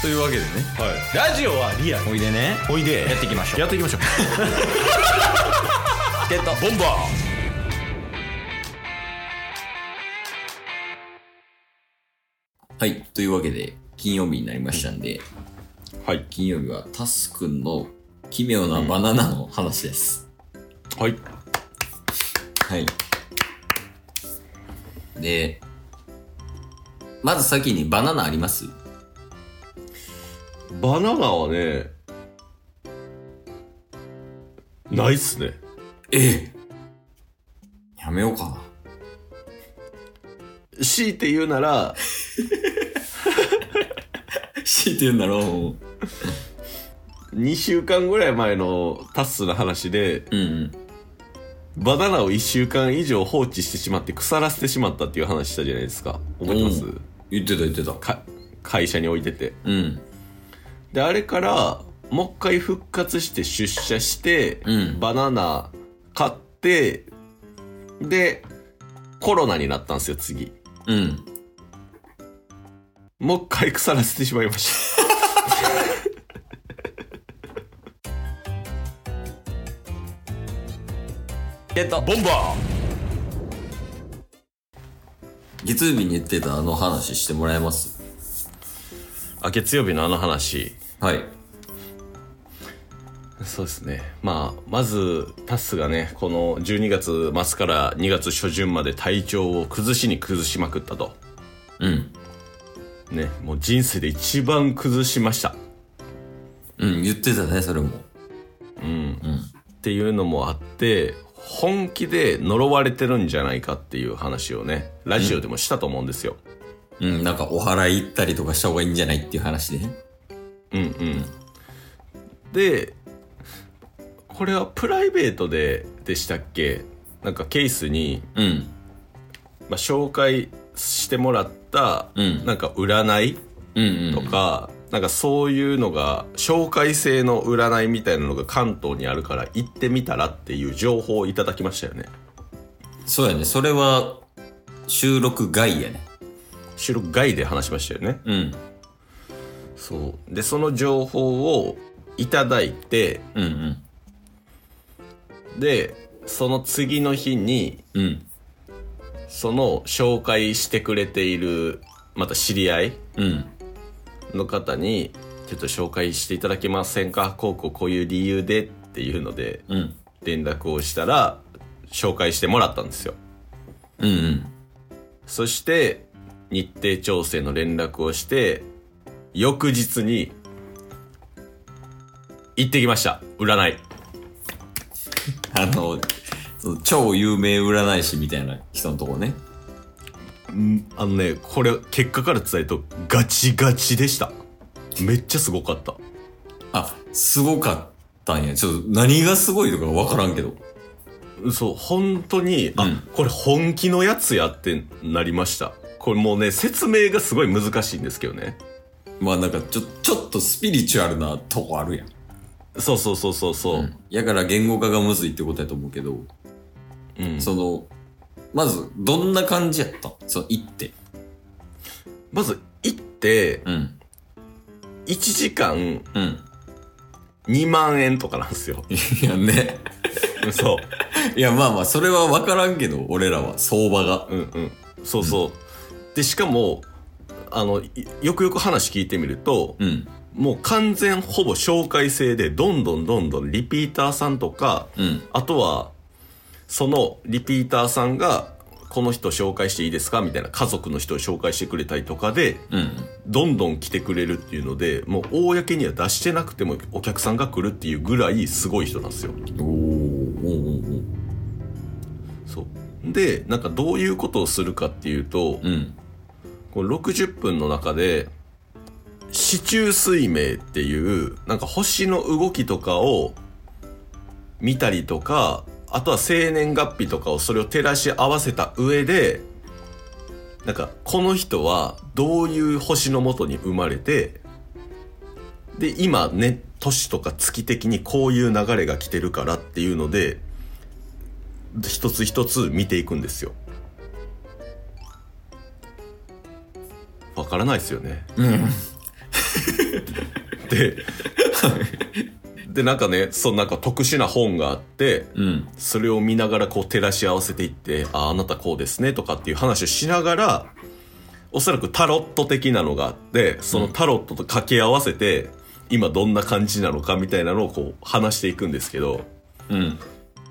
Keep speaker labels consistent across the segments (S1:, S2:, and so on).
S1: というわけでね
S2: はい、ラジオはリアル
S1: おいでね
S2: おいで
S1: やっていきましょう
S2: やっていきましょう
S1: ゲットボンバーはいというわけで金曜日になりましたんで
S2: はい
S1: 金曜日はタスくんの奇妙なバナナの話です、
S2: はい
S1: はいでまず先にバナナあります
S2: バナナはねないっすね
S1: ええやめようかな
S2: 強いて言うなら
S1: 強いて言うんだろ
S2: 2週間ぐらい前のタッスの話で
S1: ううんうん
S2: バナナを1週間以上放置してしまって腐らせてしまったっていう話したじゃないですか覚えてます
S1: う言ってた言ってた
S2: か会社に置いてて
S1: うん
S2: であれからもう一回復活して出社して、
S1: うん
S2: バナナ買ってでコロナになったんですよ次
S1: うん
S2: もう一回腐らせてしまいまし
S1: ゲット
S2: たボンバ
S1: 月曜日に言ってたあの話してもらえます
S2: ーあ月曜日のあの話
S1: はい
S2: そうですねまあまずタスがねこの12月末から2月初旬まで体調を崩しに崩しまくったと
S1: うん
S2: ねもう人生で一番崩しました
S1: うん言ってたねそれも
S2: っていうのもあって本気で呪われてるんじゃないかっていう話をねラジオでもしたと思うんですよ、
S1: うんなんかお祓い行ったりとかした方がいいんじゃないっていう話で
S2: うん、うんでこれはプライベートででしたっけなんかケースに、
S1: うん
S2: まあ、紹介してもらった、
S1: うん
S2: なんか占い
S1: うんう
S2: と
S1: ん
S2: か、なんかそういうのが紹介制の占いみたいなのが関東にあるから行ってみたらっていう情報をいただきましたよね
S1: そうやねそれは収録外やね
S2: 収録外で話しましたよね
S1: うん
S2: そうでその情報をいただいて
S1: うんうん
S2: でその次の日に
S1: うん
S2: その紹介してくれているまた知り合い
S1: うん
S2: の方に「ちょっと紹介していただけませんかこうこうこういう理由で」っていうので
S1: うん
S2: 連絡をしたら紹介してもらったんですよ
S1: うんうん
S2: そして日程調整の連絡をして翌日に行ってきました占い
S1: あのその超有名占い師みたいな人のとこね
S2: あのねこれ結果から伝えるとガチガチでしためっちゃすごかった
S1: あすごかったんやちょっと何がすごいとかわからんけど
S2: そう本当に、
S1: う
S2: あ
S1: ん
S2: これ本気のやつやってなりましたこれもうね説明がすごい難しいんですけどね
S1: まあなんかちょちょっとスピリチュアルなとこあるやん
S2: そうそうそうそうそう、うん
S1: やから言語化がむずいってことやと思うけど、その、まず、どんな感じやったその、行って。
S2: まず行って
S1: うん。
S2: 1時間
S1: うん。
S2: 2万円とかなんですよ
S1: いやね。
S2: そ
S1: いや、まあまあ、それは分からんけど、俺らは、相場が。
S2: ううんうんそうそう、でしかもあのいよくよく話聞いてみると、
S1: うん。
S2: もう完全ほぼ紹介制で、どんどんどんどんリピーターさんとか、
S1: うん。
S2: あとは、そのリピーターさんが、この人紹介していいですかみたいな家族の人を紹介してくれたりとかで、
S1: うん。
S2: どんどん来てくれるっていうので、もう公には出してなくてもお客さんが来るっていうぐらいすごい人なんですよ。
S1: おー、おーおー
S2: そう。で、なんかどういうことをするかっていうと、
S1: おーうん。
S2: この60分の中で、市中水明っていう、なんか星の動きとかを見たりとか、あとは生年月日とかをそれを照らし合わせた上で、なんかこの人はどういう星のもとに生まれて、で、今ね、年とか月的にこういう流れが来てるからっていうので、一つ一つ見ていくんですよ。わからないですよね。
S1: うん。
S2: で、で、なんかね、そうなんか特殊な本があって、
S1: うん。
S2: それを見ながらこう照らし合わせていって、あ、あなたこうですねとかっていう話をしながら、おそらくタロット的なのがあって、そのタロットと掛け合わせて、今どんな感じなのかみたいなのをこう話していくんですけど、
S1: うん。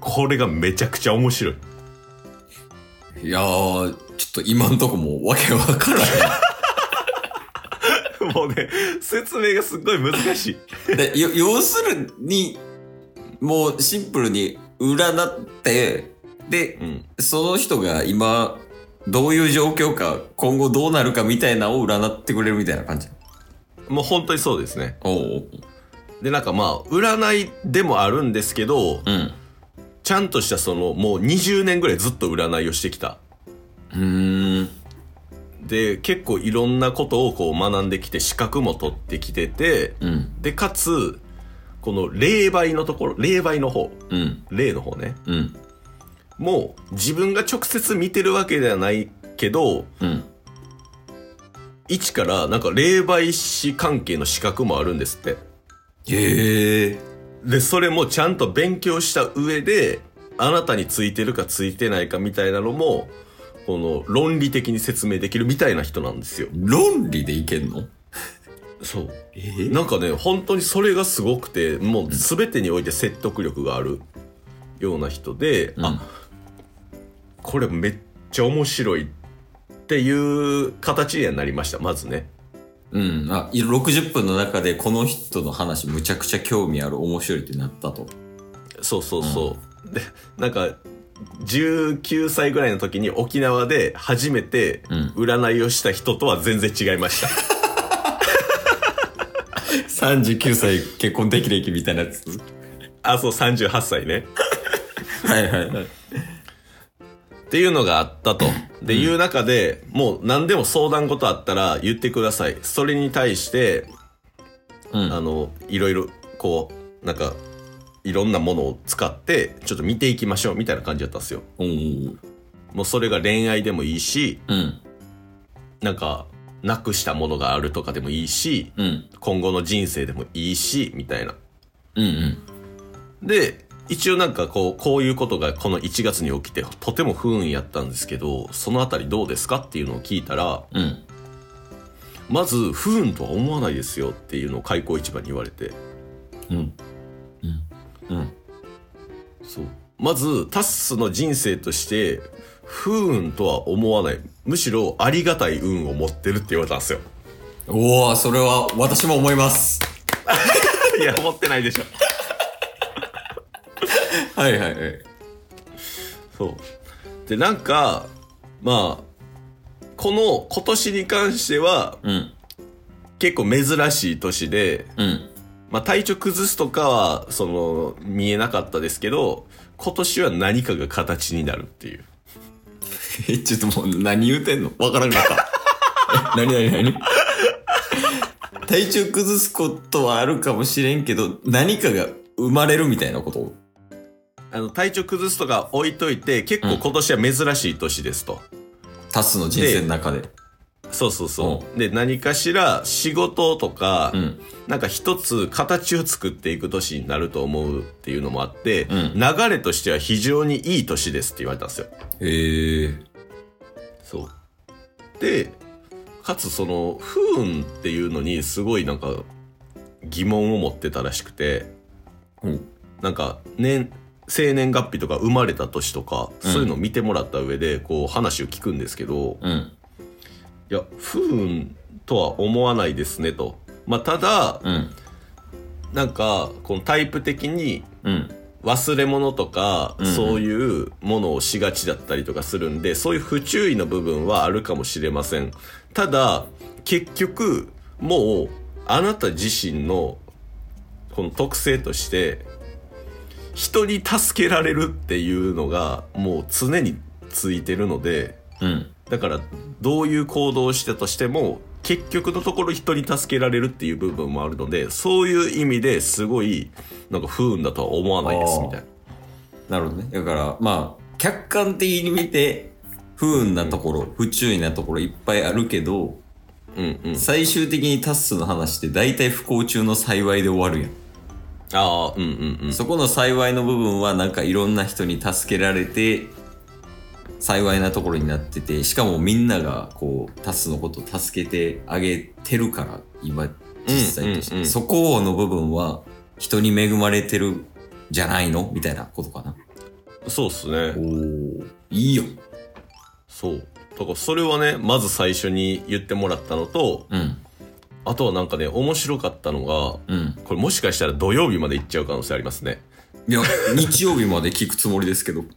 S2: これがめちゃくちゃ面白い。
S1: い やー、ちょっと今んとこもうわけわからへ
S2: もうね、説明がすっごい難しい。
S1: ん。で、よ要するに、もうシンプルに占って、で、
S2: うん。
S1: その人が今、どういう状況か、今後どうなるかみたいなのを占ってくれるみたいな感じ。
S2: もう本当にそうですね。
S1: おう
S2: で、なんかまあ、占いでもあるんですけど、
S1: うん。
S2: ちゃんとしたその、もう20年ぐらいずっと占いをしてきた。
S1: うーん。
S2: で、結構いろんなことをこう学んできて、資格も取ってきてて、
S1: うん。
S2: で、かつ、この霊媒のところ、霊媒の方、
S1: うん。
S2: 霊の方ね、
S1: うん。
S2: もう自分が直接見てるわけではないけど、
S1: うん。
S2: 一からなんか霊媒師関係の資格もあるんですって。
S1: へえ。
S2: で、それもちゃんと勉強した上で、あなたについてるかついてないかみたいなのも、この論理的に説明できるみたいな人なんですよ。
S1: 論理でいけんの
S2: そう。
S1: え
S2: なんかね、本当にそれがすごくて、もう全てにおいて説得力があるような人で、あ、
S1: あ、
S2: これめっちゃ面白いっていう形にはなりました、まずね。
S1: うん。あ、い60分の中でこの人の話むちゃくちゃ興味ある面白いってなったと。
S2: そうそうそう。で、なんか、19歳ぐらいの時に沖縄で初めて
S1: うん
S2: 占いをした人とは全然違いました。
S1: 39歳結婚でき歴みたいなやつ
S2: あ、そう、38歳ね。
S1: はいはいはい。
S2: っていうのがあったと。で、いう中で、もう何でも相談事あったら言ってください。それに対して、
S1: う
S2: あ
S1: ん。
S2: の、いろいろ、こう、なんか、いろんなものを使って、ちょっと見ていきましょう、みたいな感じだったんですよ。
S1: おー
S2: もうそれが恋愛でもいいし、
S1: うん。
S2: なんか、なくしたものがあるとかでもいいし、
S1: うん。
S2: 今後の人生でもいいし、みたいな。
S1: うんうん。
S2: で、一応なんかこう、こういうことがこの1月に起きて、とても不運やったんですけど、そのあたりどうですかっていうのを聞いたら、
S1: うん。
S2: まず、不運とは思わないですよっていうのを開口一番に言われて、
S1: うん。うん。うん。
S2: そう。まず、タッスの人生として、不運とは思わない。むしろ、ありがたい運を持ってるって言われたんですよ。
S1: おおそれは私も思います。
S2: いや、思ってないでしょ。
S1: はいはいはい。
S2: そう。で、なんか、まあ、この今年に関しては、
S1: うん。
S2: 結構珍しい年で、
S1: うん。
S2: まあ体調崩すとかは、その、見えなかったですけど、今年は何かが形になるっていう。
S1: え、 ちょっともう何言うてんのわからんか った。え、なになになに体調崩すことはあるかもしれんけど、何かが生まれるみたいなこと
S2: あの、体調崩すとか置いといて、結構今年は珍しい年ですと。
S1: タスの人生の中で。
S2: そうそうそう。で、何かしら仕事とか、
S1: うん。
S2: なんか一つ形を作っていく年になると思うっていうのもあって、
S1: うん
S2: 流れとしては非常にいい年ですって言われたんですよ。
S1: へえ。
S2: そう。で、かつその、不運っていうのにすごいなんか疑問を持ってたらしくて、
S1: うん。
S2: なんか年、生年月日とか生まれた年とか、
S1: うん
S2: そういうのを見てもらった上で、こう話を聞くんですけど、
S1: うん。
S2: いや、不運とは思わないですねと。まあ、ただ、
S1: うん。
S2: なんか、このタイプ的に
S1: うん。
S2: 忘れ物とか、
S1: んうん
S2: そういうものをしがちだったりとかするんで、そういう不注意の部分はあるかもしれません。ただ、結局、もう、あなた自身の、この特性として、人に助けられるっていうのが、もう常についてるので、
S1: うん。
S2: だから、どういう行動をしたとしても、結局のところ人に助けられるっていう部分もあるので、そういう意味ですごい、なんか不運だとは思わないです、
S1: あー
S2: みたいな。
S1: なるほどね。だから、まあ、客観的に見て、不運なところ、不注意なところいっぱいあるけど、
S2: うんうん。
S1: 最終的にタッスの話って大体不幸中の幸いで終わるやん。
S2: ああ、うんうんうん。
S1: そこの幸いの部分はなんかいろんな人に助けられて幸いなところになっててしかもみんながこうタスのことを助けてあげてるから今実際として、
S2: うんうんうん
S1: そこの部分は人に恵まれてるじゃないのみたいなことかな
S2: そうっすね。
S1: おいいよ
S2: そう。だからそれはね、まず最初に言ってもらったのと、
S1: うん
S2: あとはなんかね、面白かったのが、
S1: うん
S2: これもしかしたら土曜日まで行っちゃう可能性ありますね。
S1: いや日曜日まで聞くつもりですけど